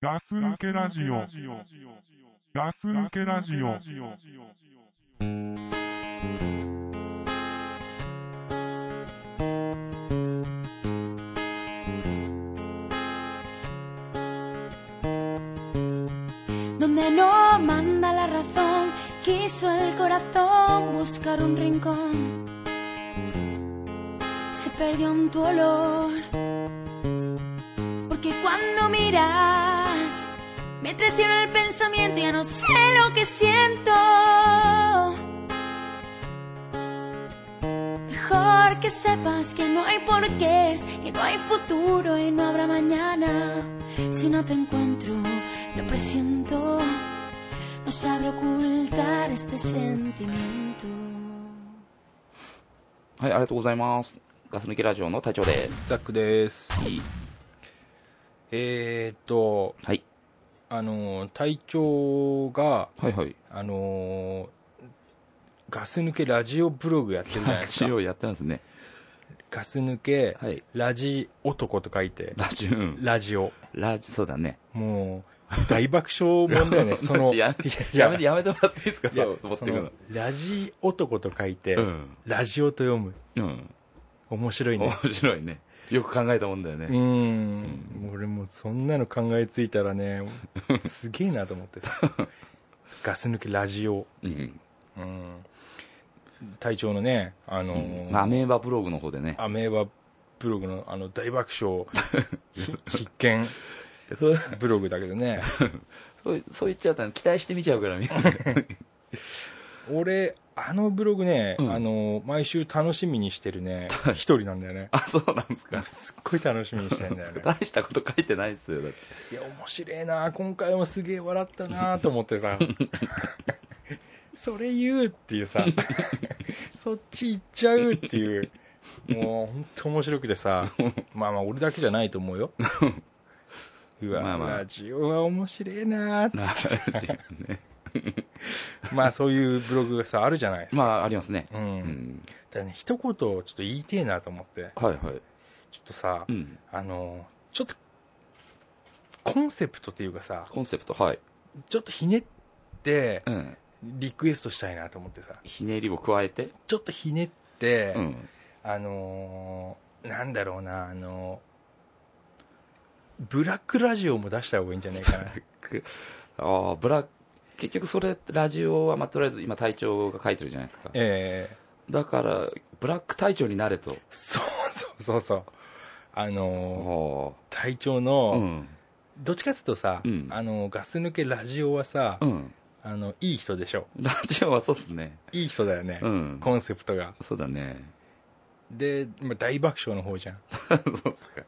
ガス抜けラジオ。ガス抜けラジオ。 Donde no manda la razón, quiso el corazón buscar un rincón. Se perdió en tu olor, porque cuando miras, me traiciona el pensamiento, ya no sé lo que siento. Mejor que sepas que no hay porqués, que no hay futuro y no habrá mañana. Si no te encuentro, lo presiento. No sabré ocultar este sentimiento. はい、ありがとうございます。ガス抜きラジオの隊長です。ザックです。えーっと、はい。あの、隊長が、はいはい。あの、ガス抜けラジオブログやってるじゃないラですジか。オやってますね。ガス抜け、はい。ラジ男と書いて、ラジオ、うんラジオ。ラジ、そうだね。もう、大爆笑問題 ね、その、やめいて、ややめて、やめてもらっていいですかいやそう、持ってそくのるラジ男と書いて、の。うん。ラジオと読む。うん。面白いね。面白いね。よく考えたもんだようーね。ん俺もそんなの考えついたらね すげえなと思ってさガス抜けラジオ、うん。うん、隊長のねあのーアメーバブログの方でね。アメーバブログのあの大爆笑ひ必見そうブログだけどねそうそう言っちゃったら期待して見ちゃう から、みんな。俺あのブログね、うんあのー毎週楽しみにしてるね一人なんだよねあ、そうなんですか。すっごい楽しみにしてんだよ ね大したこと書いてないっすよ。だ っていや面白えな今回もすげえ笑ったなと思っ てさそれ言うっていうさそっち行っちゃうっていうもう本当面白くてさまあまあ俺だけじゃないと思うようわ、まあまあラジオは面白えなってラジオね。まあそういうブログがさあるじゃないですか、まあ、ありますね。うんうん。だからね一言ちょっと言いてえなと思ってはいはい。ちょっとさうん。あのちょっとコンセプトっていうかさコンセプト、はい。ちょっとひねってうん。リクエストしたいなと思ってさひねりを加えて。ちょっとひねって、うん。 あのーなんだろうな、あのーブラックラジオも出した方がいいんじゃない かな。ああ、ブラック、結局それ、ラジオは、まあ、とりあえず今、隊長が書いてるじゃないですか。ええだから、ブラック隊長になれと。そうそうそうそう。あのーあ隊長あ。うの、ん。どっちかっていうとさ、うんあのーガス抜けラジオはさ、うん。 あの、いい人でしょ。ラジオはそうっすね。いい人だよね。うん。コンセプトが。そうだね。 で、まあ、大爆笑の方じゃん。そうっすか。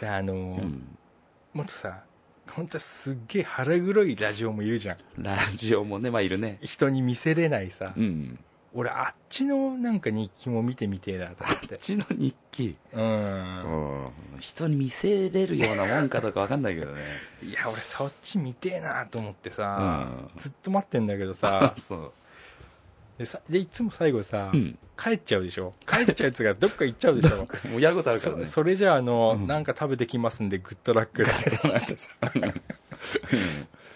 で、あのうーん。もっとさ、本当はすっげえ腹黒いラジオもいるじゃん。ラジオもね、まあ、いるね。人に見せれないさ。うん。俺あっちのなんか日記も見てみてえなと思ってうちの日記。ううんん。人に見せれるようなもんかどうかわかんないけどね。いや俺そっち見てえなと思ってうさ、ん。ずっと待ってんだけ どさそう。でさでいつも最後さ、うん。帰っちゃうでしょ帰っちゃうやつがどっか行っちゃうで しょもうやることあるからねそ。それじゃああの、うんなんか食べてきますんでグッドラッ クだけど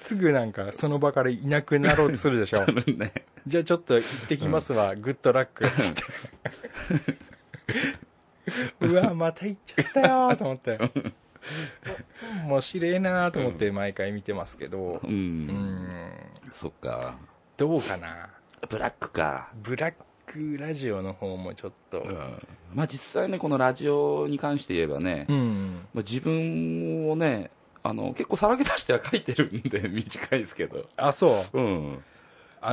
すぐなんかその場からいなくなろうとするでしょうんね。じゃあちょっと行ってきますわ、グッドラックっつって うわまた行っちゃったよーと思って面白いなーと思って毎回見てますけど う。うんんそっか。どうかなブラックか。ブラックラジオの方もちょっとまあ実際ね、このラジオに関して言えばね、うんまあ、自分をね、あの、結構さらけ出しては書いてるんで、 短いですけど。あそううん。あ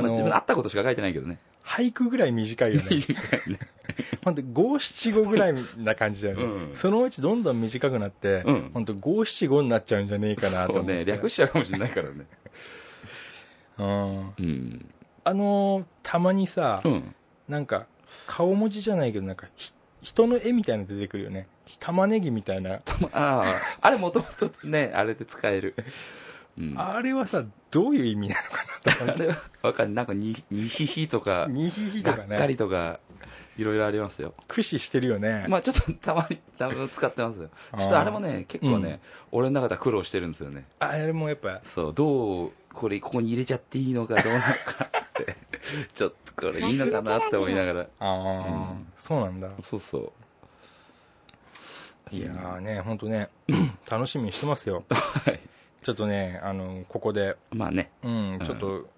まあ、自分ののあったことしか書いてないけどね。俳句ぐらい短いよね短いね。ほんと五七五ぐらいな感じだよね、うんそのうちどんどん短くなって、 うんほんと五七五になっちゃうんじゃねえかなとそ思うってね、略しちゃうかもしれないからね。うんうん。あのーたまにさ、うん。なんか顔文字じゃないけどなんかひ人の絵みたいなの出てくるよね玉ねぎみたいなたまああ、あれもともとね、あれで使える。うん、ああれはさ、どういう意味なのかなと思ってれはわかんないなんかににひひとかニヒヒとがかっかりね、とかいろいろありますよ駆使してるよね。まあちょっとたまにたまに使ってますよあーちょっとあれもね結構ね、俺の中では苦労してるんですよねあれもやっぱ、そうどうこれここに入れちゃっていいのかどうなのかってちょっとこれいいのかなって思いながらああ、うん そうなんだ。そうそういやーね、ほん とね、楽しみにしてますよ。はいちょっとね、あの、ここで、まあねうんう、んちょっと、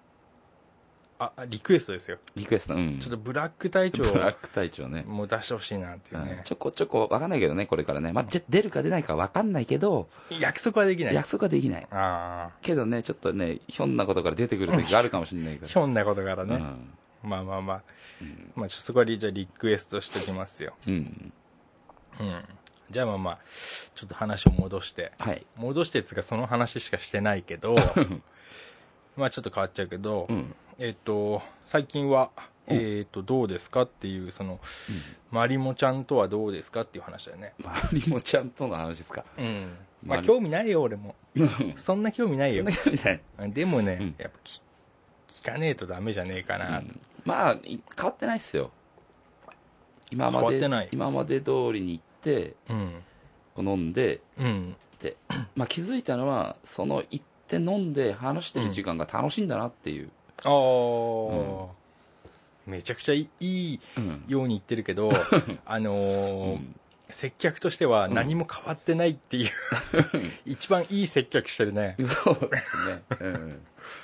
あ、リクエストですよ。リクエストうんちょっとブラック隊長ブラック隊長ねもう出してほしいなっていううんね。ちょこちょこ分かんないけどねこれからね、まあ、じゃ出るか出ないか分かんないけど約束はできない。あ約束はできないあけどねちょっとねひょんなことから出てくる時があるかもしれないかー、らひょんなことからうね。んまあまあまあ。うんまあ、ちょっとそこはじゃあリクエストしておきますよ。うんうん。じゃあまあまあ、ちょっと話を戻して。はい戻してっつうかその話しかしてないけ どまあちょっと変わっちゃうけど、うんえっ、と最近は、うんえっ、とどうですかっていうその、まりもちゃんとはどうですかっていう話だよねまりもちゃんとの話ですかうんままあり興味ないよ俺もうんそんな興味ないそよんなことないでもね、うんやっぱ聞聞かねえとダメじゃねえかな、うんまあい変わってないっすよ今ま変わってでない今まで通りに行ってうんこう飲んで、うんまあ、気づいたのはその行って飲んで話してる時間が楽しいんだなっていう、ああ、めちゃくちゃいいいうんように言ってる けどあのうーん接客としては何も変わってないっていう、一番いい接客してるねそうですねうん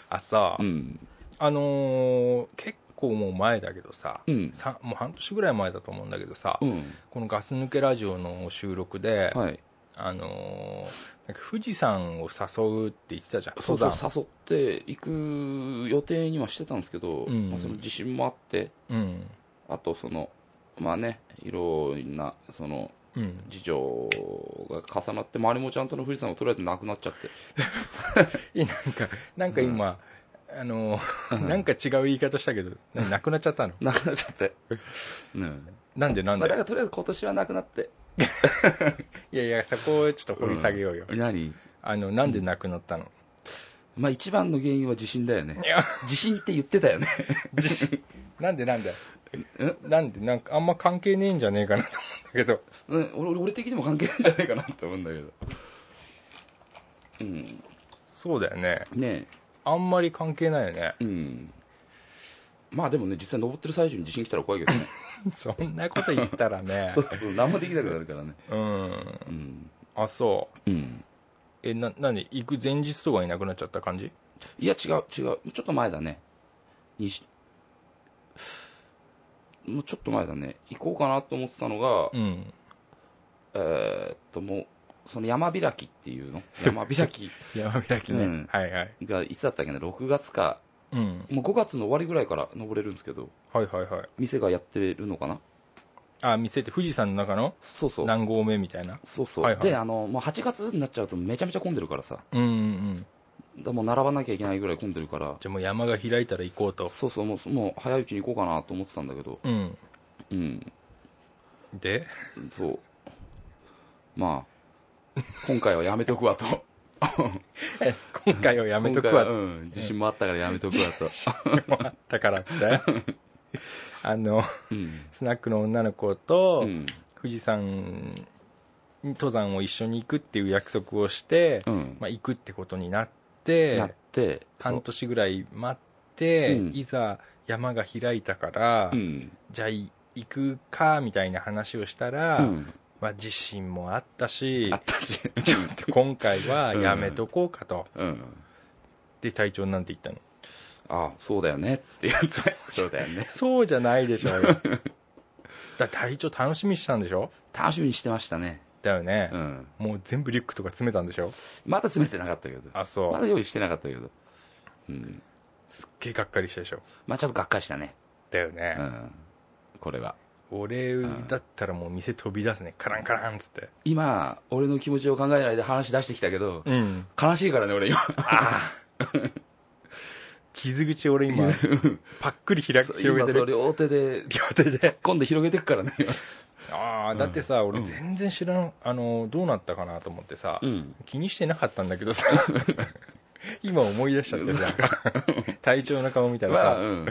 あさ、うんあのー結構もう前だけどさうんさもう半年ぐらい前だと思うんだけどさ、うんこの「ガス抜けラジオ」の収録で、はいあのーなんか富士山を誘うって言ってたじゃんそうだそう誘って行く予定にはしてたんですけど、うんまあ、その自信もあってうんあとそのまあねいろんなそのうん、事情が重なって周りもちゃんとの富士山がとりあえずなくなっちゃってえなんかなんか今、あのーなんか違う言い方したけどななくなっちゃったのなくなっちゃって、うんなんでなんまあ、だでからとりあえず今年はなくなっていやいやそこをちょっと掘り下げようよ、何あのなんでなくなったの、まあ一番の原因は地震だよねいや地震って言ってたよね なんでなんでえなんでなんかあんま関係ねえんじゃねえかなと思うんだけどうん俺俺的にも関係ないんじゃないかなと思うんだけどうんねそうだよねえあんまり関係ないよねうんまあでもね実際登ってる最中に地震来たら怖いけどねそんなこと言ったらね そうそう何もできなくなるからねうんうん、あそううん、えななんで行く前日とかいなくなっちゃった感じいや違う違うちょっと前だねにしもうちょっと前だね行こうかなと思ってたのが、うんえーっともうその山開きっていう の山開き山開きね、うんはいはいがいつだったっけね6月かうんもう5月の終わりぐらいから登れるんですけどはいはいはい店がやってるのかなあ見せて富士山の中のそうそう何合目みたいなそうそう、はいはいであのもう8月になっちゃうとめちゃめちゃ混んでるからさうんうんうんだからもう並ばなきゃいけないぐらい混んでるからじゃあもう山が開いたら行こうとそうそうもうもう早いうちに行こうかなと思ってたんだけどうんうん でそうまあ今回はやめとくわと今回はやめとくわ今回はうん、自信もあったからやめとくわと、あったからって。あの、うんスナックの女の子と、富士山に登山を一緒に行くっていう約束をして、うんまあ、行くってことにななっ、ってて半年ぐらい待って、うんいざ山が開いたから、そううんじゃあい行くか、みたいな話をしたら、うんまあ、自信もあったしあっ、たしちょっと今回はやめとこうかと。うんで、隊長なんて言ったのあそうだよねってやつそうだよねそうじゃないでしょ うよ。だ隊長楽しみにしたんでしょ楽しみにしてましたねだよねう、んもう全部リュックとか詰めたんでしょまだ詰めてなかったけどあそう、まだ用意してなかったけどうんすっげえがっかりしたでしょまあちょっとがっかりしたねだようね、んこれは俺うんだったらもう店飛び出すねカランカランっつって今俺の気持ちを考えないで話出してきたけどうん悲しいからね俺今ああ傷口俺 今パックリ開きそう広げ今てそうる両手で両手で今度広げてくからね今 ああだってさ、俺全然知らんあのどうなったかなと思ってさ、 うん 気にしてなかったんだけどさ今思い出しちゃってさ、 隊長の顔見たらまあ、さ、うん。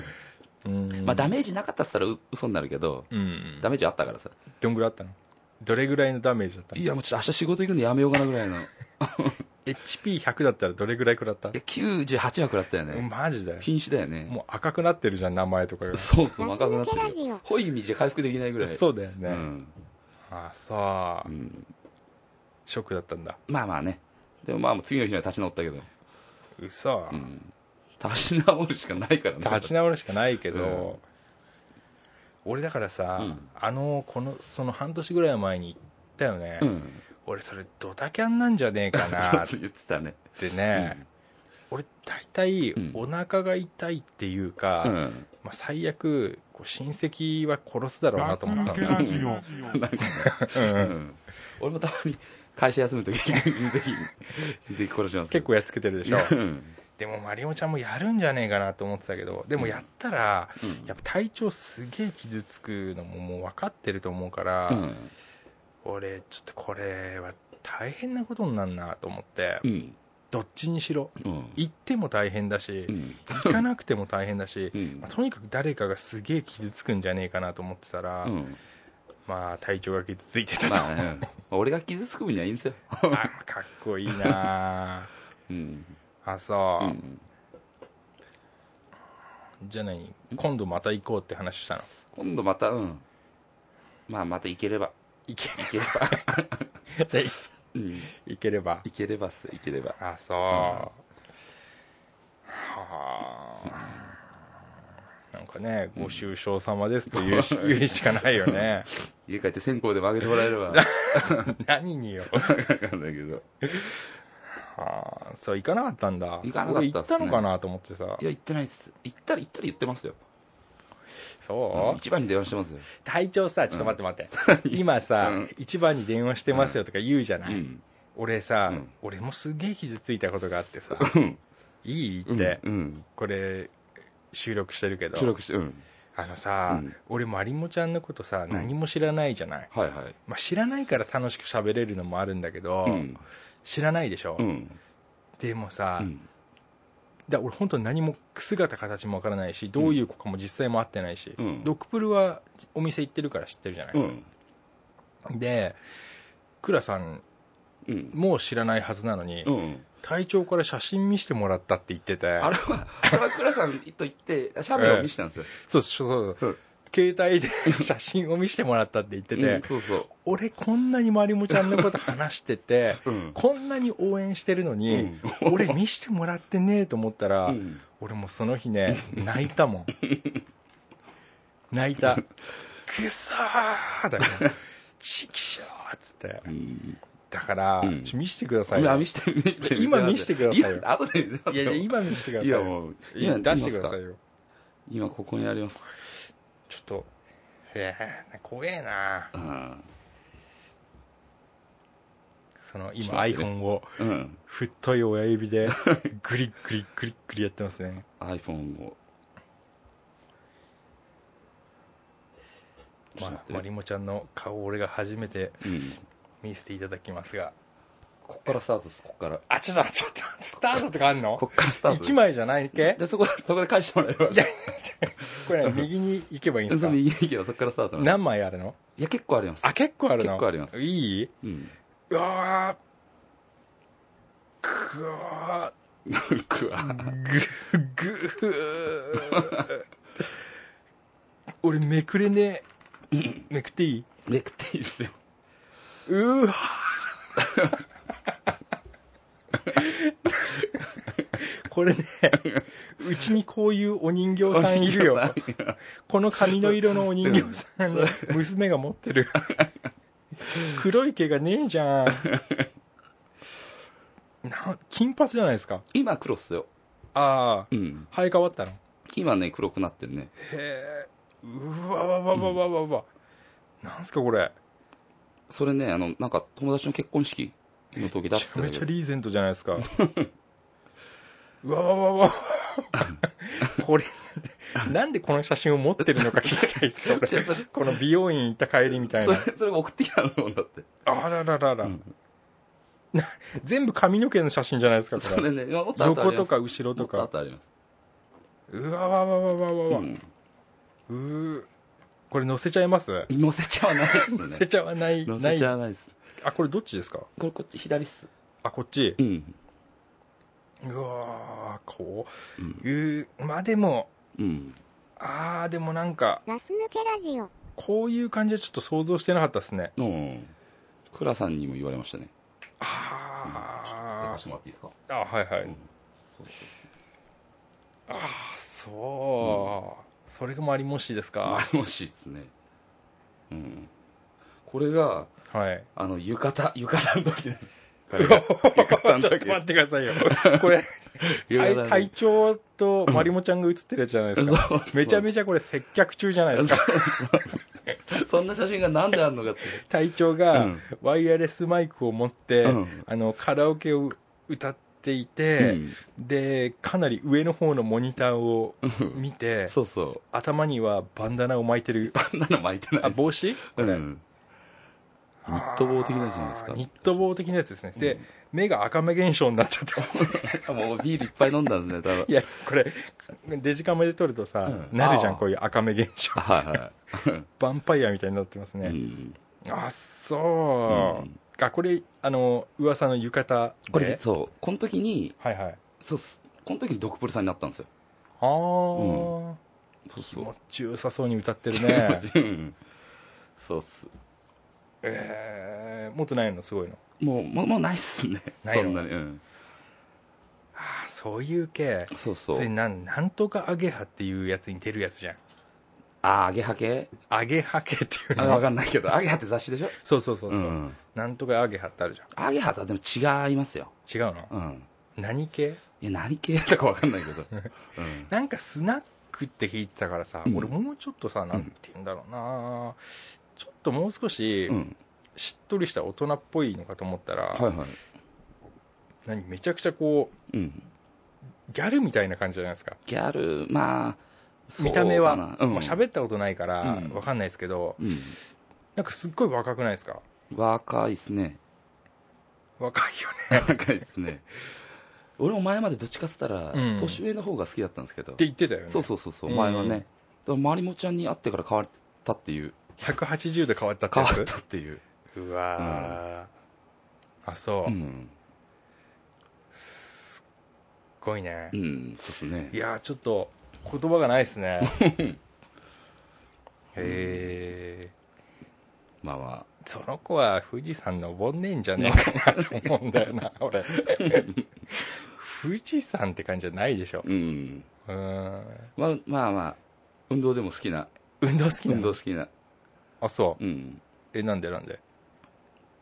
うんまあ、ダメージなかったっつったらう嘘になるけど、うん。ダメージあったからさ。どんぐらいあったのどれぐらいのダメージだったのいや、もうちょっと明日仕事行くのやめようかなぐらいの。い ?HP100 だったらどれぐらい食らったや、98は食らったよね。マジだよ。瀕死だよね。もう赤くなってるじゃん、名前とかが。そうそう、若くなってガス抜けラジるオ。濃い意味じゃ回復できないぐらい。うそうだよね。んあさあう、ん。ショックだったんだ。まあまあね。でもまあ、次の日には立ち直ったけど。うそ、うん。立ち直るしかないからね。立ち直るしかないけど、うん俺だからさ、うんあの、この、その半年ぐらい前に行ったよね。うん。俺それドタキャンなんじゃねえちかょ なっっと言ってたね。 てね、俺大体うんお腹が痛いっていうか、うん。まあ、最悪こう親戚は殺すだろうガなスと思っ抜たけんだラよジオ。 なんかね、うんううんん。俺もたまに会社休むとき、親戚親戚殺しますけ結ど。構やっつけてるでしょうん。でもマリオちゃんもやるんじゃねえかなと思ってたけどでもやったらうんやっぱ体調すげえ傷つくのももう分かってると思うから、うん。俺ちょっとこれは大変なことになるなと思って、うん。どっちにしろうん。行っても大変だし、うん。行かなくても大変だしう、んまあ。とにかく誰かがすげえ傷つくんじゃねえかなと思ってたら、うん。まあ体調が傷ついてたと、まあ、ね、俺が傷つく分にはいいんですよ。 あかっこいいなうん。ああそうう、ん。じゃあ何今度また行こうって話したの今度また、うん。まあ、また行ければ。行け行ければ。うん。 行ければ行ければっす、行ければ。あそう、はあなんかねご愁傷様ですと 言うし言うしかないよね家帰って線香でもあげてもらえれば。わ何によかんないけど。はあそう行かなかったんだ行かなかったっすね俺行ったのかなと思ってさいや、行ってないっす。行ったら行ったら言ってますよ。そう、うん一番に電話してますよ。隊長さちょっと待って 待って、今さ、うん一番に電話してますよとか言うじゃない、うん。俺さ、うん俺もすげえ傷ついたことがあってさいいって、うん。これ収録してるけど収録して、うん。あのさ、うん俺マリモちゃんのことさん何も知らないじゃない、はいはい。まあ、知らないから楽しく喋れるのもあるんだけど、うん。知らないでしょ、うん。でもさ、うんだ俺本当に何も姿形もわからないしどういう子かも実際も会ってないし、うんドックプルはお店行ってるから知ってるじゃないでうすか、ん。でクラさんうん。もう知らないはずなのに、うん。隊長から写真見せてもらったって言っててあれは、あれは倉さんと言っ て、シャープを見せたんですよ。そうそうそうそう携帯で 写真を見せてもらったって言ってて、うんそうそ俺こんなにまりもちゃんのこと話しててう。うん。こんなに応援してるのうに、ん。俺見してもらってねえと思ったら、うん俺もうその日ね泣いた もん泣いたくそーだからチキショーっつってうんだから、うんちょ見してくださいよ今見して、見して。今見してくださいよ今後で見せますいやいや今見してくださいいや、よもう、いや出してくださいい。よ今ここにあります。ちょっとええ怖えなうん。そのちょっ今と待って iPhone をうん。太い親指でグリッグリッグリッグリやってますね iPhone を。ちょっとまあ待まってりねもちゃんの顔を俺が初めてうん。見せていただきますがこっからスタートです、こっから。あちょっと待ってちょっと待ってスタートとかあんのこっからスタートです。 1枚じゃないっけじゃあそこ、そこで返してもらえば。いや、これ、ね、右に行けばいいんですそかう右に行けばそこからスタートなんで何枚あるのいや、結構あります。あ、結構あるの結構あります。いいうん。うわーくわくわーぐ、ぐー 俺めくれねえ。めくっていいめくっていいですよ。うわーこれね、うちにこういうお人形さんいるよ。この髪の色のお人形さんの娘が持ってる黒い毛がねえじゃんな金髪じゃないですか 今黒っすよ。ああうん。生え変わったのへ今ね、黒くなってんね。えうわわわわわわわ、なんすかこれそれね、あの、なんか友達の結婚式の時だめっちつっゃてめたちけど。ゃリーゼントじゃないで すかうわわわわわこれなんでこの写真を持ってるのか聞きたいっすよいやそれ俺この美容院行った帰りみたいそなれ、それ送ってきたのだって。あらららら、うん全部髪の毛の写真じゃないですか、そこれれ。ね、もっと後あ横りまとすか後ろともっか。と後あります。うわわわわわわわ。うーこれ載せちゃいますうん。乗せちゃわない載ですせね。ちゃわない、乗なせいち。ゃわないです。あ、これどっちですかこれこっち左っす。あ、こっち。うん。うわーこう。うんいう、まあでも、うん。あー、でもなんか、ガス抜けラジオ。こういう感じはちょっと想像してなかったですね。うん。倉さんにも言われましたね。あ出してもらっていいですかー、あ、はいはういん。そうそうあー、そう。それがマリモッシーですあか。れもしいですね。うん。これが、 はい。あの、浴衣、浴衣の時です。ち彼ょがっ 浴衣のと待っ時です。てくださ いよ。これ、隊隊長とマリモちゃんが写ってるやつじゃないですか。そうめちゃめちゃこれ接客中じゃないですか。そうそんな写真がなんであんのかって。隊長うがんワイヤレスマイクを持って、うんあの、カラオケを歌っていうて、んで、かなり上の方のモニターをうん見て、そうそう。頭にはバンダナを巻いてる。あんなの巻いてなあ、いです。帽子うんニット帽的なやつじゃないですかあーニット帽的なやつですね。で、目が赤目現象になっちゃってます。うんもうビールいっ ぱい飲んだんですね、多分い。や、これ、デジカメで撮るとさ、うんなるじゃあん、ーこういう赤目現象。はいはヴァンパイアみたいになってますい。うね。んあ、うそう。んあ、これ、あの、噂の浴衣で。これ、そう、この時に、はいはい。そうっすこの時にドクプルさんになったんですよ。あー、そう気そう持ちよさそうに歌ってるね。 うんそうっす。えー、もっとないの、すごいの。もう、もうもうないっすね。ないのそんなに。うんあーそういう系。そうそそれう。なん、なんとかアゲハっていうやつに出るやつじゃん。あー、アゲハ系アゲハ系っていうあ、の。わかんないけど、アゲハって雑誌でしょそうそうそううそう、ん。なんとかアゲハってあるじアゲハとはでも違いますよ。ゃん。違うの、うん。何系いや、何系とかわかんないけど。うんなんかスナックって聞いてたからさ、うん俺もうちょっとさ、なんて言うんだろうな、ちょっともう少しうん。しっとりした大人っぽいのかと思ったら、はいはい。何めちゃくちゃこう、うん。ギャルみたいな感じじゃないですか。ギャル、まあ、そう見た目は、だなまあうん。喋ったことないからうんわかんないですけど、うん。なんかすっごい若くないですか若いっすね。若いよね。 若いっすね。俺も前までどっちかっつったら、うん年上の方が好きだったんですけどっ。て言ってたよね。そうそうそうそう、うん前はね。だからマリモちゃんに会ってから変わったっていう。 180度変わったって変やわつったっていう。うわー、あ、そうう。ん。すっごいねう。ん。そうっすねい。やーちょっと言葉がないです ねへえまあまその子は富士山登んねえんじゃねえかなと思うんだよ な俺富士山って感じじゃないでしょあ。うん。うーんまあまあまあ、運動でも好きな。運動好きな運動の好きな。あそううん。えなんでなんで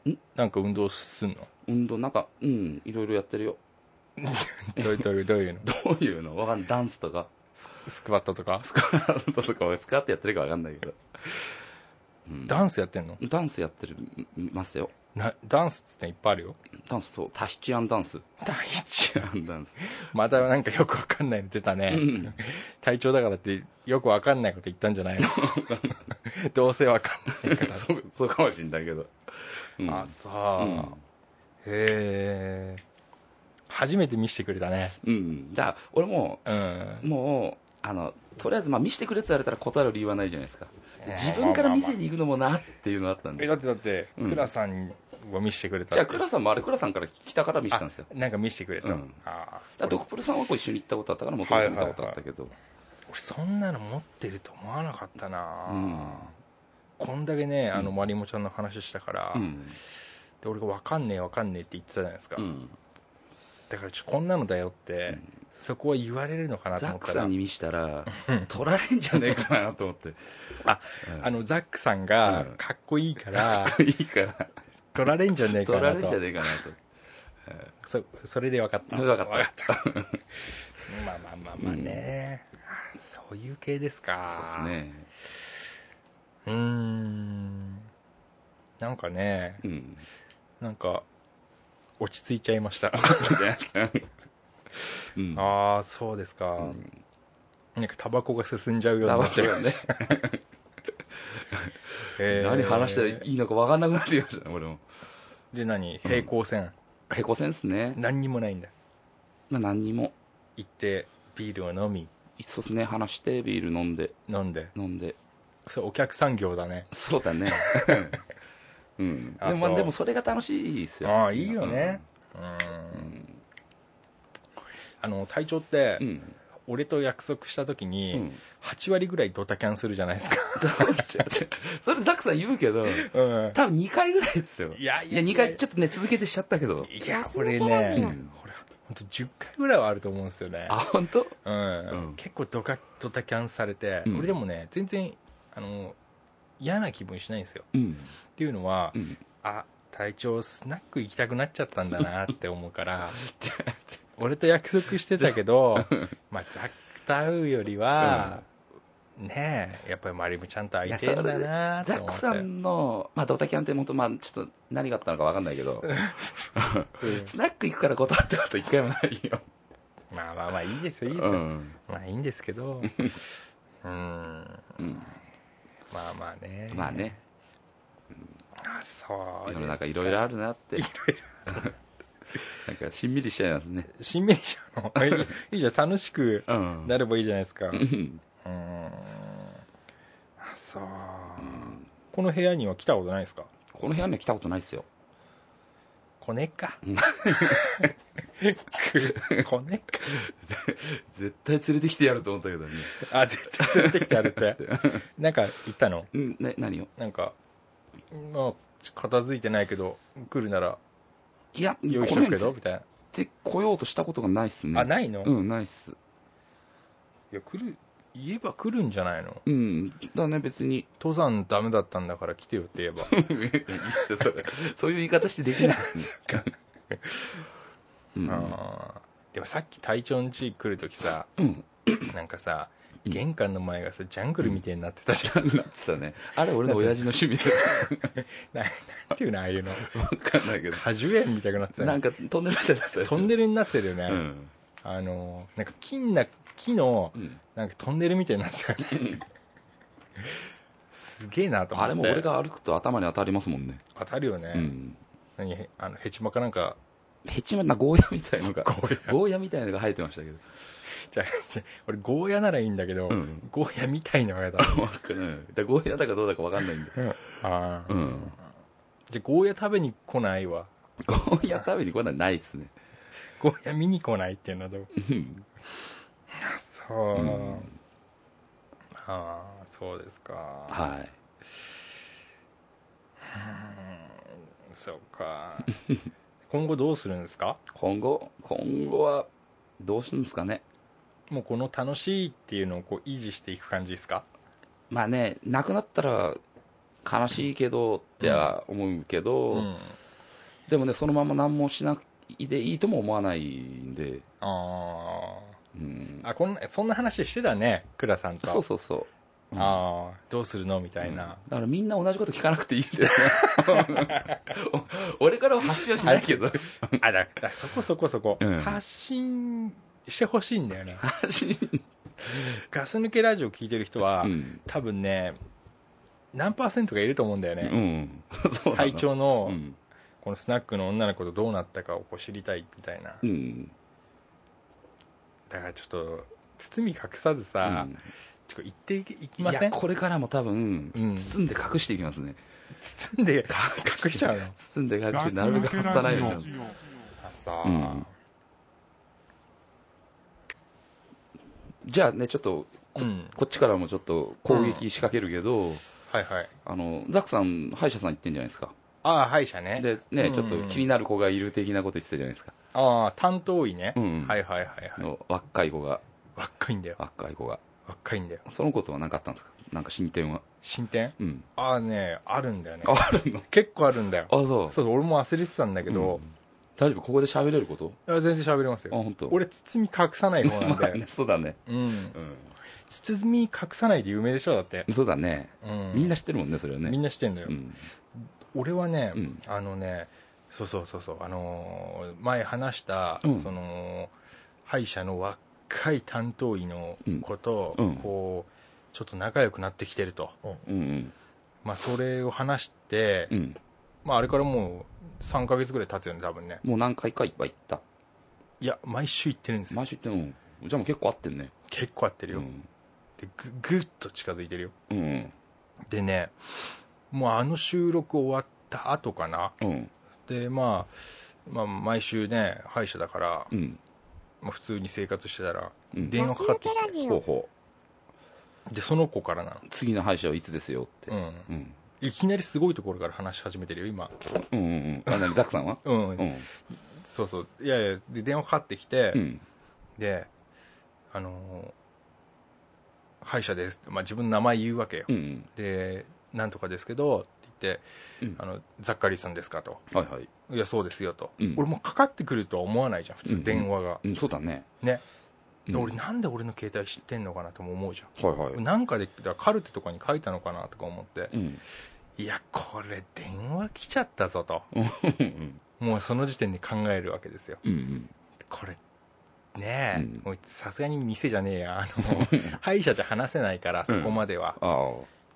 んなんか運動す んの運動、なんか、うん、いろいろやってるよ。 どういうどういうどういうのどういうのわかんない。ダンスとか、スクワットとかスクワットとかを使ってやってるかわかんないけど。うんダンスやってんのダンスやってる、ますよ。なダンスっつっていっぱいあるよダンス、そう。タヒチアンダンス。大地タヒチアンダンス。またなんかよくわかんないの出たね、うん体調だからってよくわかんないこと言ったんじゃないのどうせわかんないか らそうそうかもしんないけど。うんあそう、うんへえ初めて見せてくれたねうん。だから、俺も、うんもう、あの、とりあえず、まあ、見せてくれって言われたら断る理由はないじゃないですか。で自分から見せに行くのもなっていうのがあったんえで。だってだってうん倉さんが見せてくれたじゃあ、倉さんもあれ、倉さんから来たから見せたんですよ。あなんか見せてくれた、うんあだあドクプルさんはこう一緒に行ったことあったから、もともと見たことあったけど。俺そんなの持ってると思わなかったな、うんこんだけねあのまりもちゃんの話したから、うん。で俺がわかんねえわかんねえって言ってたじゃないですか、うん。だからちょこんなのだよって、そこは言われるのかなとザッ思っクたさらんに見せたらうん、取られんじゃねえかなと思 って。あうん、あのザックさんがうんかっこいいから、 いいから、取られんじゃねえか取らなれんじゃとねえかなと。そそれで分かった分かった まあまあまあまあね、あそういう系ですかそうですね。うーんなんかねうん。なんか落ち着いちゃいましたうん。ああそうですか、うんなんかタバコが進んじゃうようにダなバっちコゃいがまねし、た、えー何話したらいいのか分かんなくなってきましたね、俺も。で何平行線、へこせんっすね。何にもないんだまあ何にも。行ってビールを飲みいっそっすね、話して、ビール飲んで、飲んで飲んで。それお客さん業だねそうだ ね。うん。であもまあそうでもそれが楽しいっすよ。ああいいよねうんうん。うん。あの隊長って、うん。俺と約束した時うにん8割ぐらいドタキャンするじゃないですかそれザクさん言うけど、うん多分2回ぐらいですよ。いやいや、2回ちょっとね、続けてしちゃったけど。いや俺うねんほらほんと10回ぐらいはあると思うんですよねあ、本当？うんうん結構ドカドタキャンされて、うん俺でもね全然あの嫌な気分しないんですようん。っていうのは、うん。あ隊長スナック行きたくなっちゃったんだなって思うから 俺と約束してたけどまあザックと会うよりは、ねえやっぱりマリムちゃんと会いてえんだなとザッ思ってクさんの、まあ、ドタキャンって本当、まあ、ちょっと何があったのか分かんないけど、うんスナック行くから断ったこと一回もないよ。まあまあまあいいですよいいですうよ、ん。まあいいんですけ どうんうんまあまあねまあね、あそ世うですの中 いろいろあるなって。なんか、しんみりしちゃいますね。新名称のいいいいじゃん楽しくうん。なればいいじゃないですかううーんん。あそううんこの部屋には来たことないですかこの部屋には来たことないですよ。コネかうん コネか絶対連れてきてやると思ったけどね。あ絶対連れてきてやるってなんか言ったの うん、ね、何をなんかまあ片付いてないけど来るならいや、この用意し部屋とくに連けどれみたいてこようとしたことがないっすね。なあないの、ういん、ないっす。や来る言えば来るんじゃないのうん。だね、別 に。登山ダメだったんだから来てよって言えばいいっすよ、それ。そういう言い方してできないですね。 うん。あーでもさっき隊長の家来るときさうん。なんかさうん玄関の前がさジャングルみたいになってたじゃん、なってたね。あれ、俺の親父の趣味だ なんていうのああいうのわかんないけど。果樹園みたいになってたなんよか、トンネルじゃないですか。トンネルになってるよね、うん。あのなんか金な木のうん。なんかトンネルみたいになってたよんすげえなと思っあてれも俺が歩くと頭に当たりますもんね。当たるよね、うん。何あのヘチマかなんかヘチマなゴーヤみたいのが、ゴーヤゴーヤみたいのが生えてましたけど。じゃあじゃあ俺ゴーヤならいいんだけど、うんゴーヤみたいな親だ、 わかんない。だからゴーヤだかどうだかわかんないんで。あーうん。じゃあゴーヤ食べに来ないわゴーヤ食べに来ないないっすね。ゴーヤ見に来ないっていうのはどううん。あそう、うんああそうですかいはい。そうか 今後どうするんですか今後、今後は、どうするんですかね。もうこの楽しいっていうのをこう維持していく感じですかまあね、なくなったら悲しいけどっては思うけど、うんでもね、そのまま何もしないでいいとも思わないんで、あうんー、あこんなそんな話してたね倉さんとそうそうそう。うんああどうするのみたいうんな、だからみんな同じこと聞かなくていいんだよね お俺からは発信はしないけど、あだだそこそこそこ、うん発信してほしいんだよね発信、ガス抜けラジオ聞いてる人は、うん。多分ね何パーセントかいると思うんだようね、ん。そうなの最長の、うん。このスナックの女の子とどうなったかをこう知りたいみたいな、うん。だからちょっと包み隠さずさ、うんちょっと言っていけいきいませや、んこれからも多分、うん包んで隠していきますね。包んで隠しちゃうの包んで隠ガして、スなるべ抜くけ外ラさないジようオに。あさうんじゃあね、ちょっと、うん、こっちからもちょっと攻撃仕掛けるけど、はいはいあのザックさん、歯医者さん行ってんじゃないですか、ああ歯医者ねでね、うんちょっと気になる子がいる的なこと言ってたじゃないですか、ああ担当医ね、うんはいはいはいはいの若い子が、若いんだよ若い子が、若いんだよその子とは何かあったんですか、なんか進展は、進展うん、ああねあるんだよねあるの、あ結構あるんだよ そう、そうそう俺も焦れてたんだけどうん、大丈夫、ここで喋れることいや全然喋れますあ、よ本当、俺包み隠さない方なん まあねで、そうだね、うんう包み隠さないで有名でしょだって、ん、そうだね、うん、みんな知ってるもんね、それはね、みんなしてんだよ、うん、俺はね、うんあのねそうそうそうそうあのー前話した、うんその歯医者の若い担当医の子と、うんうんこうちょっと仲良くなってきてると、うん、まあ、それを話して、うん、まあ、あれからもう3ヶ月ぐらい経つよね、多分ね。もう何回かいっぱい行った。いや、毎週行ってるんですよ。毎週行ってんの。じゃあもう結構合ってんね。結構やってうるよ。ん。で、ぐ、ぐっと近づいてるよ。うん。でね、もうあの収録終わった後かな。うん。で、まあ、まあ、毎週ね、歯医者だから、うん。まあ、普通に生活してたら、うん電話かかってきて、ほうほで、その子からなう。次の歯医者はいつですよって。の。うん。うん。いきなりすごいところから話し始めてるよ、今。うんうんうん。あ、なに、ザクさんはうん、うん。そうそう。いやいや、で、電話かかってきて、うん。で、あのー歯医者です。まあ、自分の名前言うわけよ。うん。で、なんとかですけど、って言って、うんあの、ザッカリーさんですかと。はいはい。いや、そうですよと。うん俺もうかかってくるとは思わないじゃん、普うんう通ん電話が。うん、そうだね。ね。うでん俺、なんで俺の携帯知ってんのかなとも思うじゃん。はいはい。なんかで、だからカルテとかに書いたのかなとか思って、うん。いや、これ電話来ちゃったぞと。うん。もうその時点で考えるわけですよ。うん。これ、ねえ、うんもうさすがに店じゃねえや。あの、歯医者じゃ話せないから、そこまでは。ああ、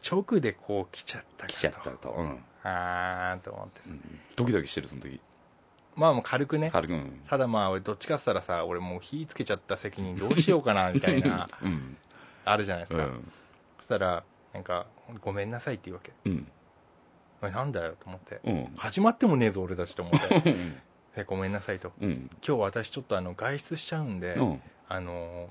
直でこう来ちゃったか来と。ちゃったと。うん。あーんと思って。うんドキドキしてる、その時。まあもう軽くね。軽く。うんただまあ俺どっちかっつったらさ、俺もう火つけちゃった責任どうしようかな、みたいな、うん。あるじゃないですうか。ん。そしたら、なんか、ごめんなさいって言うわけ。うん。おいなんだよと思って。うん。始まってもねえぞ俺たちと思っ てうん。でごめんなさいとうん。今日私ちょっとあの外出しちゃうんで、うん。あのー今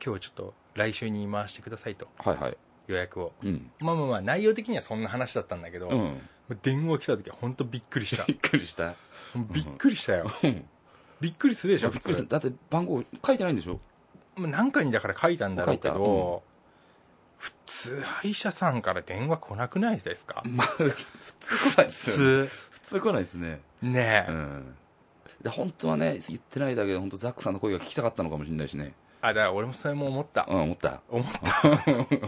日はちょっと来週に回してくださいとはいはい。予約をうん。まあまあまあ内容的にはそんな話だったんだけど、うもん。う電話来た時は本当びっく りしたびっくりした。もうびっくりしたようん。びっくりするでしょびっくりす普る。だって番号書いてないんでしょ通もう何回にだから書いたんだろう書けいたうど、普通歯医者さんから電話来なくないですかまあ、普通来ないですよね普通普通来ないですね。ねえ、うん。で本当はね、言ってないだけで、本当ザックさんの声が聞きたかったのかもしれないしね。あだから俺もそれも思ったうん、思った。思った、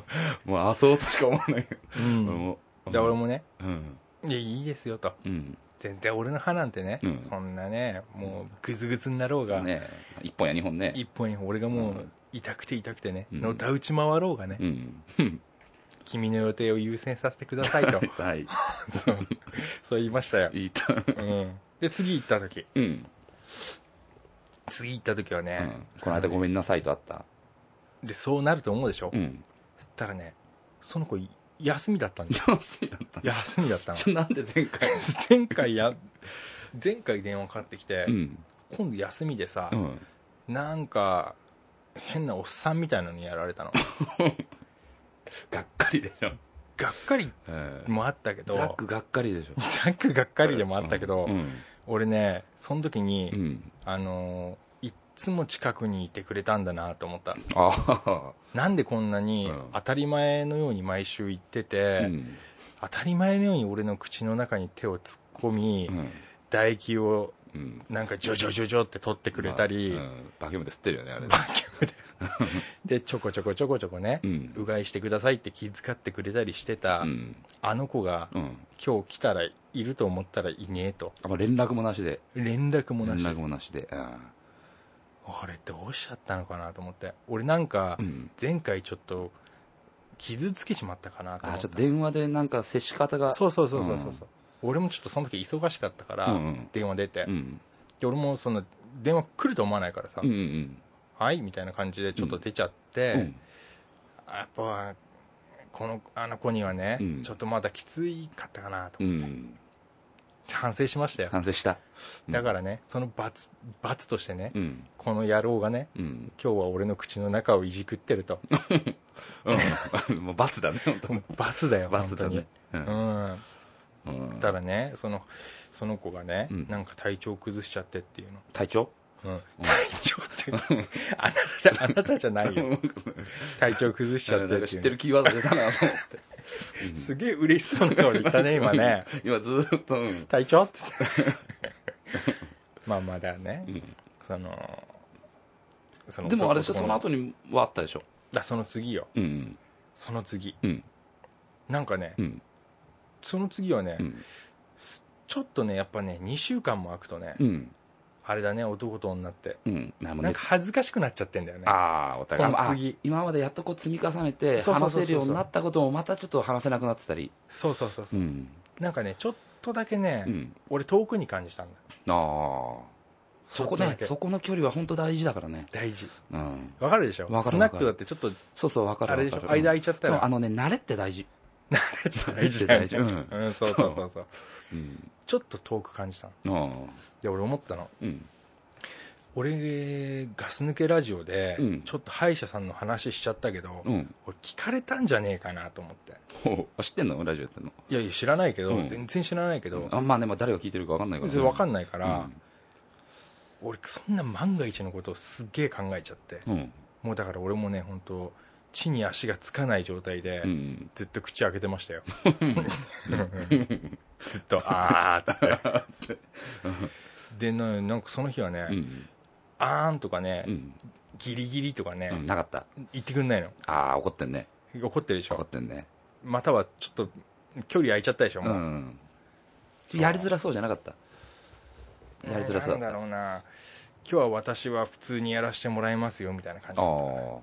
もう、あ、そうとしか思わないけうど。ん、もうで俺もねうん。いやいいですよとうん。全然俺の歯なんてね、うんそんなねもうグズグズになろうが、ね一本や二本ね。一本や俺がもううん痛くて痛くてね、うんのたうち回ろうがね、うん。君の予定を優先させてくださいとはい。 そうそう言いましたよ、いいと。うん、で次行った時うん。次行った時はうね、んこの間ごめんなさいとあった。でそうなると思うでしょ、うん。そしたらねその子い休みだったんだよ休みだった。休み だったのなんで前回。前回や前回電話かかってきて、うん。今度休みでさ、うん。なんか変なおっさんみたいなのにやられたのがっかりでしょ。がっかりうんもあったけどザックがっかりでしょ。ジャックがっかりでもあったけど、うん俺ねその時に、うん。あのーいっつも近くにいてくれたんだなと思ったあなんでこんなにうん当たり前のように毎週行ってあ。て、うん。当たり前のように俺の口の中に手を突っ込み、うん唾液をうん。なんかジョジョジョジョって取ってくれたり、まあうんバキュームで吸ってるよね、 あれ。バキュームででちょこちょこちょこちょこねう、。うんがいしてくださいって気遣ってくれたりしてた、うん。あの子がうん。今日来たらいると思ったらいねえとあまあ連絡もなしで。連絡も連なし絡もなしで。あ俺どうしちゃったのかなと思って俺なんかあうん。前回ちょっと傷つけちまったかなとあ思あっちたょっと電話でなんか接し方が。そうそうそうそうそうそう、俺もちょっとその時忙しかったから、うんうん電話出て、うん。で俺もその電話来ると思わないからさ「うんうんはい」みたいな感じでちょっと出ちゃっうて、ん。うんやっぱこのあの子にはね、うんちょっとまだきついかったかなとう思って、ん。反省しましたよ、反省した。うんだからねその罰罰としてね、うん。この野郎がねうん。今日は俺の口の中をいじくっ てるとうん。 もう罰だね、本罰だよ当罰だ本当にね。う。うんん、うんたらねそのその子がね、うんなんか体調崩しちゃってっていう体調の、うんうん体調ってあなたあなたじゃないよ体調崩しちゃってなんっか て知いっうてるキーワード出たなと思って。のすげえ嬉しそうな顔で言ったね今ね 今ずーっと、うん。体調っ つってまあまあだね、うんそのそでもあれでしょ、そ男のの後にはあったでしょ。だその次ようん。その次、うんなんかね、うん。その次はね、うん。ちょっとねやっぱね2週間も空くとね、うん。あれだね男と女ってうん。なんなんか恥ずかしくなっちゃってんだよねああ、お互い。このあ次今までやっとこう積み重ねて、そうそうそうそう話せるようになったこともまたちょっと話せなくなってたり。そうそうそうそううん。なんかねちょっとだけね、うん、俺遠くに感じたんだああそこちょっとだねけそこの距離は本当大事だからね大事うんわかるでしょわかるスナックだってちょっとそうそう分かるあれ分でしかょる間空うんいちゃったそうらあのね慣れって大事大事だよね大事大事うんそうそうそうそううんちょっと遠く感じたのあで俺思ったのーうん俺ガス抜けラジオで、うんちょっと歯医者さんの話しちゃったけど、うん 俺聞かれたんじゃねえかなと思ってほうあ知ってんのラジオやってんのいやいや知らないけど、うん全然知らないけど、あまあねまあ誰が聞いてるか分かんないから全然わかないんないから、俺そんな万が一のことをすっげえ考えちゃって、うんもうだから俺もね本当地に足がつかない状態で、うんずっと口開けてましたようずんっとあーっつってうんでななんかその日はね、うんあーんとかね、うんギリギリとかね、うんなかった言ってくんないのああ怒ってんね怒ってるでし怒ょってんねまたはちょっと距離空いちゃったでしょうもう、んやりづらそうじゃなかったやりづらそうなんだだったあろうな今日は私は普通にやらせてもらいますよみたいな感じだったからね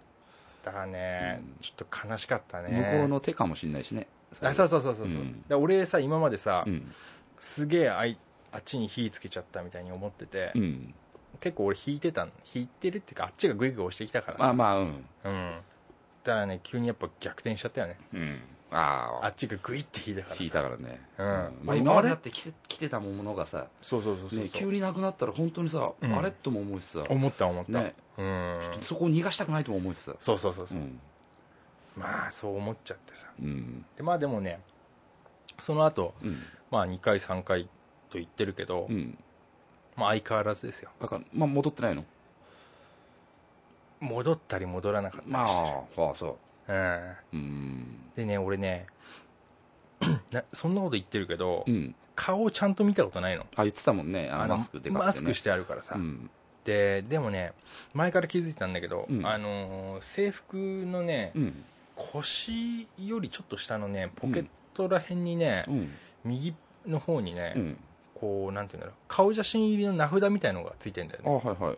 あだからね、うんちょっと悲しかったね向こうの手かもしれないしねあそうそうそうそうそう、うんだから俺さ今までさ、うんすげえあいあっちに火つけちゃったみたいに思ってて、うん結構俺引いてたの引いてるっていうかあっちがグイグイ押してきたからさまあまあうんうんだからね急にやっぱ逆転しちゃったよねうんあああっちがグイって引いたからさ聞いたからね、うんまあ、今までだって来て来てたものがさ、そうそうそうそうね、急になくなったら本当にさ、うんあれとも思うしさ、思った思った、ね、うんそこを逃がしたくないとも思うしさ、そうそうそううそう、んまあそう思っちゃってさうんでまあでもねその後うんまあ2回3回と言ってるけど、うん、まあ相変わらずですよだから、まあ、戻ってないの、戻ったり戻らなかったりましてあ、ああそる、うんう、うん、でね俺ね なそんなこと言ってるけど、うん、顔をちゃんと見たことないのあ言ってたもんね、あのマスクでかくて、ね、マスクしててあるからさ、うん、ででもね前から気づいてたんだけど、うんあのー制服のね、うん、腰よりちょっと下のねポケットらへんにね、うん、右の方にね、うん、こうなんていうんだろう顔写真入りの名札みたいのがついてんだよあねはいはい、こ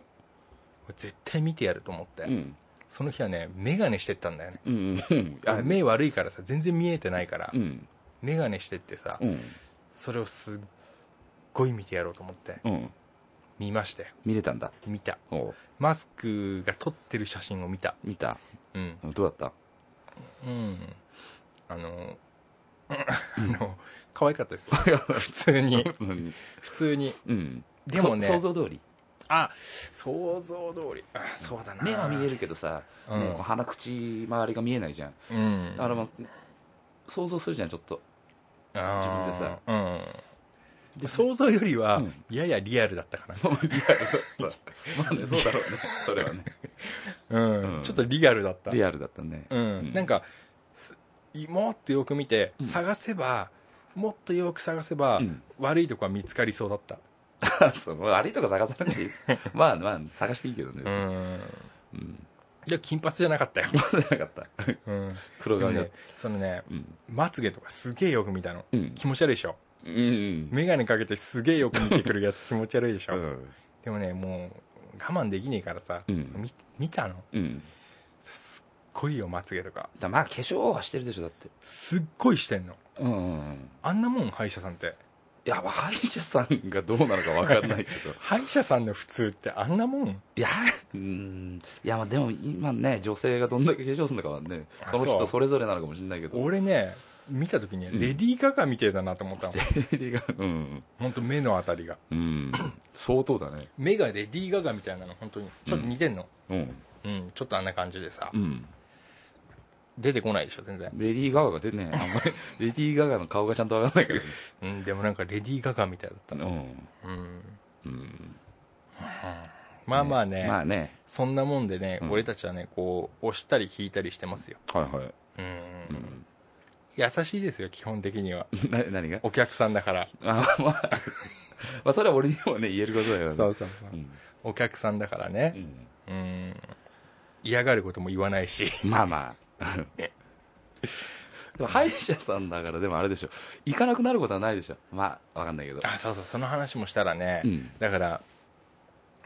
れ絶対見てやると思って、うん、その日はね眼鏡してったんだよねうん、うん、あ目悪いからさ全然見えてないからうん、眼鏡してってさ、うん、それをすっごい見てやろうと思ってうん、見ましたよ見れたんだ、見たおうマスクが撮ってる写真を見た見た、うんどうだっうんあのうん あの可愛かったですよた普通に普通に、普通にうん、でもねそ想像通り。あ想像通りあそうだな目は見えるけどさ、うんね、こう鼻口周りが見えないじゃん、うんあれも想像するじゃんちょっ とあー自分でさうんで想像よりはうんややリアルだったかな、リアルそうまあねそうだろうねそれはねうんうんちょっとリアルだっ たリアルだったねうんうんなんかすもっとよく見てうん探せば、もっとよく探せば、うん 悪いとこは見つかりそうだったそう悪いとこ探さなくていいまあまあ探していいけどね別にんうんいや金髪じゃなかったよ、そうじゃなかったうん、黒でも髪だっねたそのねうんまつげとかすげえよく見たのうん気持ち悪いでしょうん眼鏡かけてすげえよく見てくるやつ気持ち悪いでしょ、うんでもねもう我慢できねえからさ、うんみ見たのうんすっごいよまつげとかだまあ化粧はしてるでしょだってすっごいしてんのうんうんうんあんなもん歯医者さんっていや歯医者さんがどうなのかわかんないけ ど歯医者さんの普通ってあんなもんいやうんいやまあでも今ね女性がどんだけ化粧するのかはねあそのそ人うそれぞれなのかもしれないけど俺ね見た時にうんレディー・ガガみてえだなと思ったの、レディーガガ うん、ほんと目のあたりがうん、相当だね目がレディー・ガガみたいなの本当にちょっと似てんのうん、うん、ちょっとあんな感じでさ、うん、出てこないでしょ全然レディー・ガガが出 てねあんまりレディー・ガガの顔がちゃんとわかんないけうんでもなんかレディー・ガガみたいだったどのうん、うん、うん、まあまあねまあねそんなもんでね、うん俺たちはねこう押したり引いたりしてますよはいはい、うん、うん、優しいですよ基本的にはな何が お客さんだからあまあ まあそれは俺にもね言えることだよねそうそうそううん、お客さんだからうねん、うん嫌がることも言わないしまあまあ でも歯医者さんだからでもあれでしょ行かなくなることはないでしょまあわかんないけどあそうそうその話もしたらね、うんだから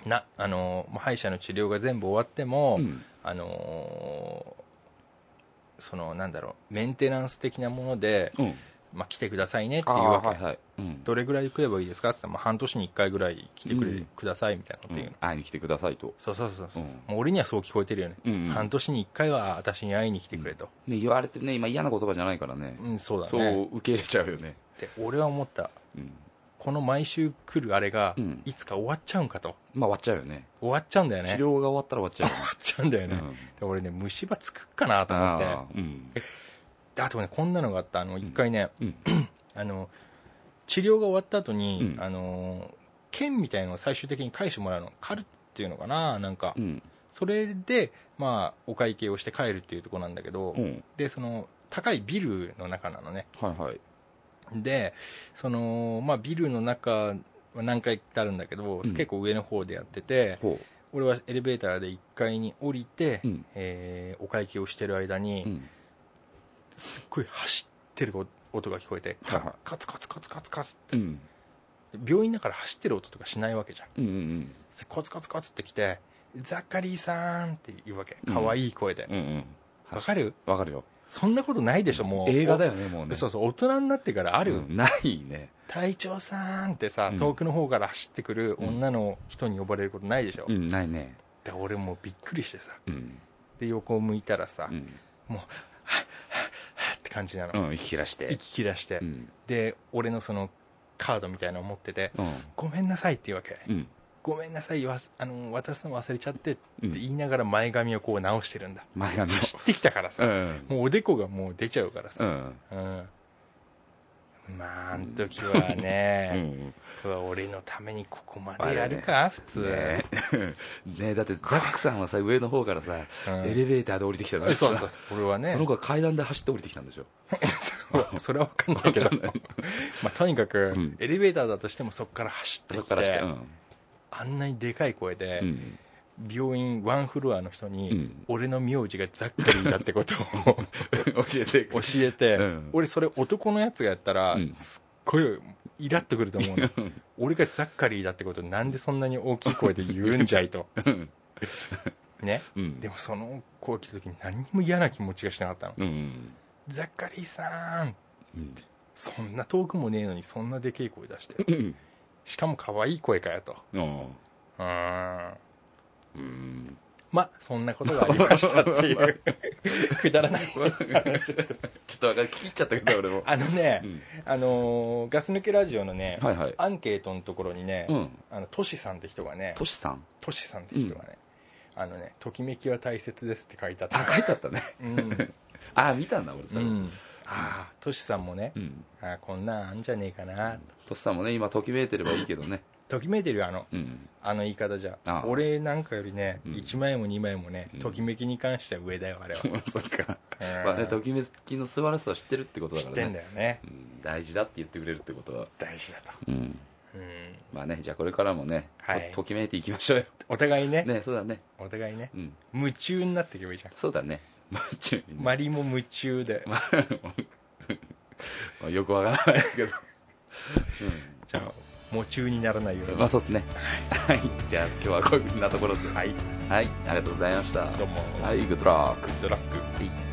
なあのもう歯医者の治療が全部終わっても、うんあのーそのなんだろうメンテナンス的なもので、うんまあ、来てくださいねっていあうあわけ、はいはいうんどれぐらい来ればいいですかって言ったら、まあ、半年に1回ぐらい来てくれ、うんくださいみたいなことう言うの、ん会いに来てくださいと、そうそうそうそう、うんもう俺にはそう聞こえてるよね、うん半年に1回は私に会いに来てくれと、で言われてね今嫌な言葉じゃないからねう、んそうだそねう受け入れちゃうよね、って俺は思ったうんこの毎週来るあれが、うんいつか終わっちゃうんかとまあ終わっちゃうよね終わっちゃうんだよね治 終わ療が終わったら終わっちゃっちゃうんだようよね、ね、で俺ね虫歯つくっかなうとん、思ってああうんであとねこんなのがあったあの1回ね、うんあの治療が終わった後に、うんあの剣みたいのを最終的に返してもらうのカルっていうのかななんか、うんそれで、まあ、お会計をして帰るっていうところなんだけど、うんでその高いビルの中なのねはいはいでその、まあ、ビルの中は何回ってあるんだけど、うん結構上の方でやっててほ俺はエレベーターで1階に降りて、ううんえーお会計をしてる間に、うんすっごい走ってる音が聞こえてはいはいカツカツカツカツカツってうん病院だから走ってる音とかしないわけじゃんうんうんそれコツコツコツって来て「ザッカリーさん」って言うわけうん可愛い声でうんうんわ、かるわかるよそんなことないでしょもう映画だよ、よねもうねそうそう大人になってからある、うんないね隊長さんってさうん遠くの方から走ってくる女の人に呼ばれることないでしょ、うんないねで俺もうびっくりしてさうんで横を向いたらさ、うはんぁって感じなの、うん息切らして息切らして、うんで俺のそのカードみたいなのを持っててうん「ごめんなさい」って言うわけうん「ごめんなさいわあの渡すの忘れちゃって」ってうん言いながら前髪をこう直してるんだ前 髪を走ってきたからうさ、んもうおでこがもう出ちゃうからうさ、んうんまああの時 はね、ん僕は俺のためにここまでやるか、普通、ねねだってザックさんはさ上の方からさうんエレベーターで降りてきたのそうそうそう俺はねその子は階段で走って降りてきたんでしょ それは分かんないけどわかんない まあ、とにかく、うんエレベーターだとしてもそこから走ってそきってからしてうんあんなにでかい声で、うん病院ワンフロアの人に、うん俺の名字がザッカリーだってことを教えて教えて、うん俺それ男のやつがやったら、うんすっごいイラっとくると思うの俺がザッカリーだってことなんでそんなに大きい声で言うんじゃいと うんねうんでもその子が来た時に何にも嫌な気持ちがしなかったの、うんザッカリーさーんうんそんな遠くもねえのにそんなでけえ声出してうんしかも可愛い声かよとうんうーんうんまあそんなことがありましたっていま うくだらないちょっと分かる聞き入っちゃったけど俺もあのね、うんあのーガス抜けラジオのね、はいはいアンケートのところにね、うんあのトシさんって人がねトシさんトシさんって人がね、あのね「ときめきは大切です」って書いてあったあ書いてあったねうん、あ見たんだ 俺それうんああトシさんもね、うんああこんなんあんじゃねえかなトシさんもね今ときめいてればいいけどねときめいてるよあのうんあの言い方じゃああ俺なんかよりね、うん1枚も2枚もねうんときめきに関しては上だよあれは、そっかうん まあねときめきの素晴らしさを知ってるってことだ知かっらてねんだよねうん大事だって言ってくれるってことは大事だと、うんうん、まあねじゃあこれからもねはいとときめいていきましょうよお互いねねそうだねお互いねうん夢中になっていけばいいじゃんそうだねまあちゅうにねマリも夢中で、 まあまあよくわからないですけ どじゃあ夢中にならないよううに、んまあそうですねはいじゃあ今日はこんなところではいはいありがとうございましたどうも、はいグッドラックグッドラックはい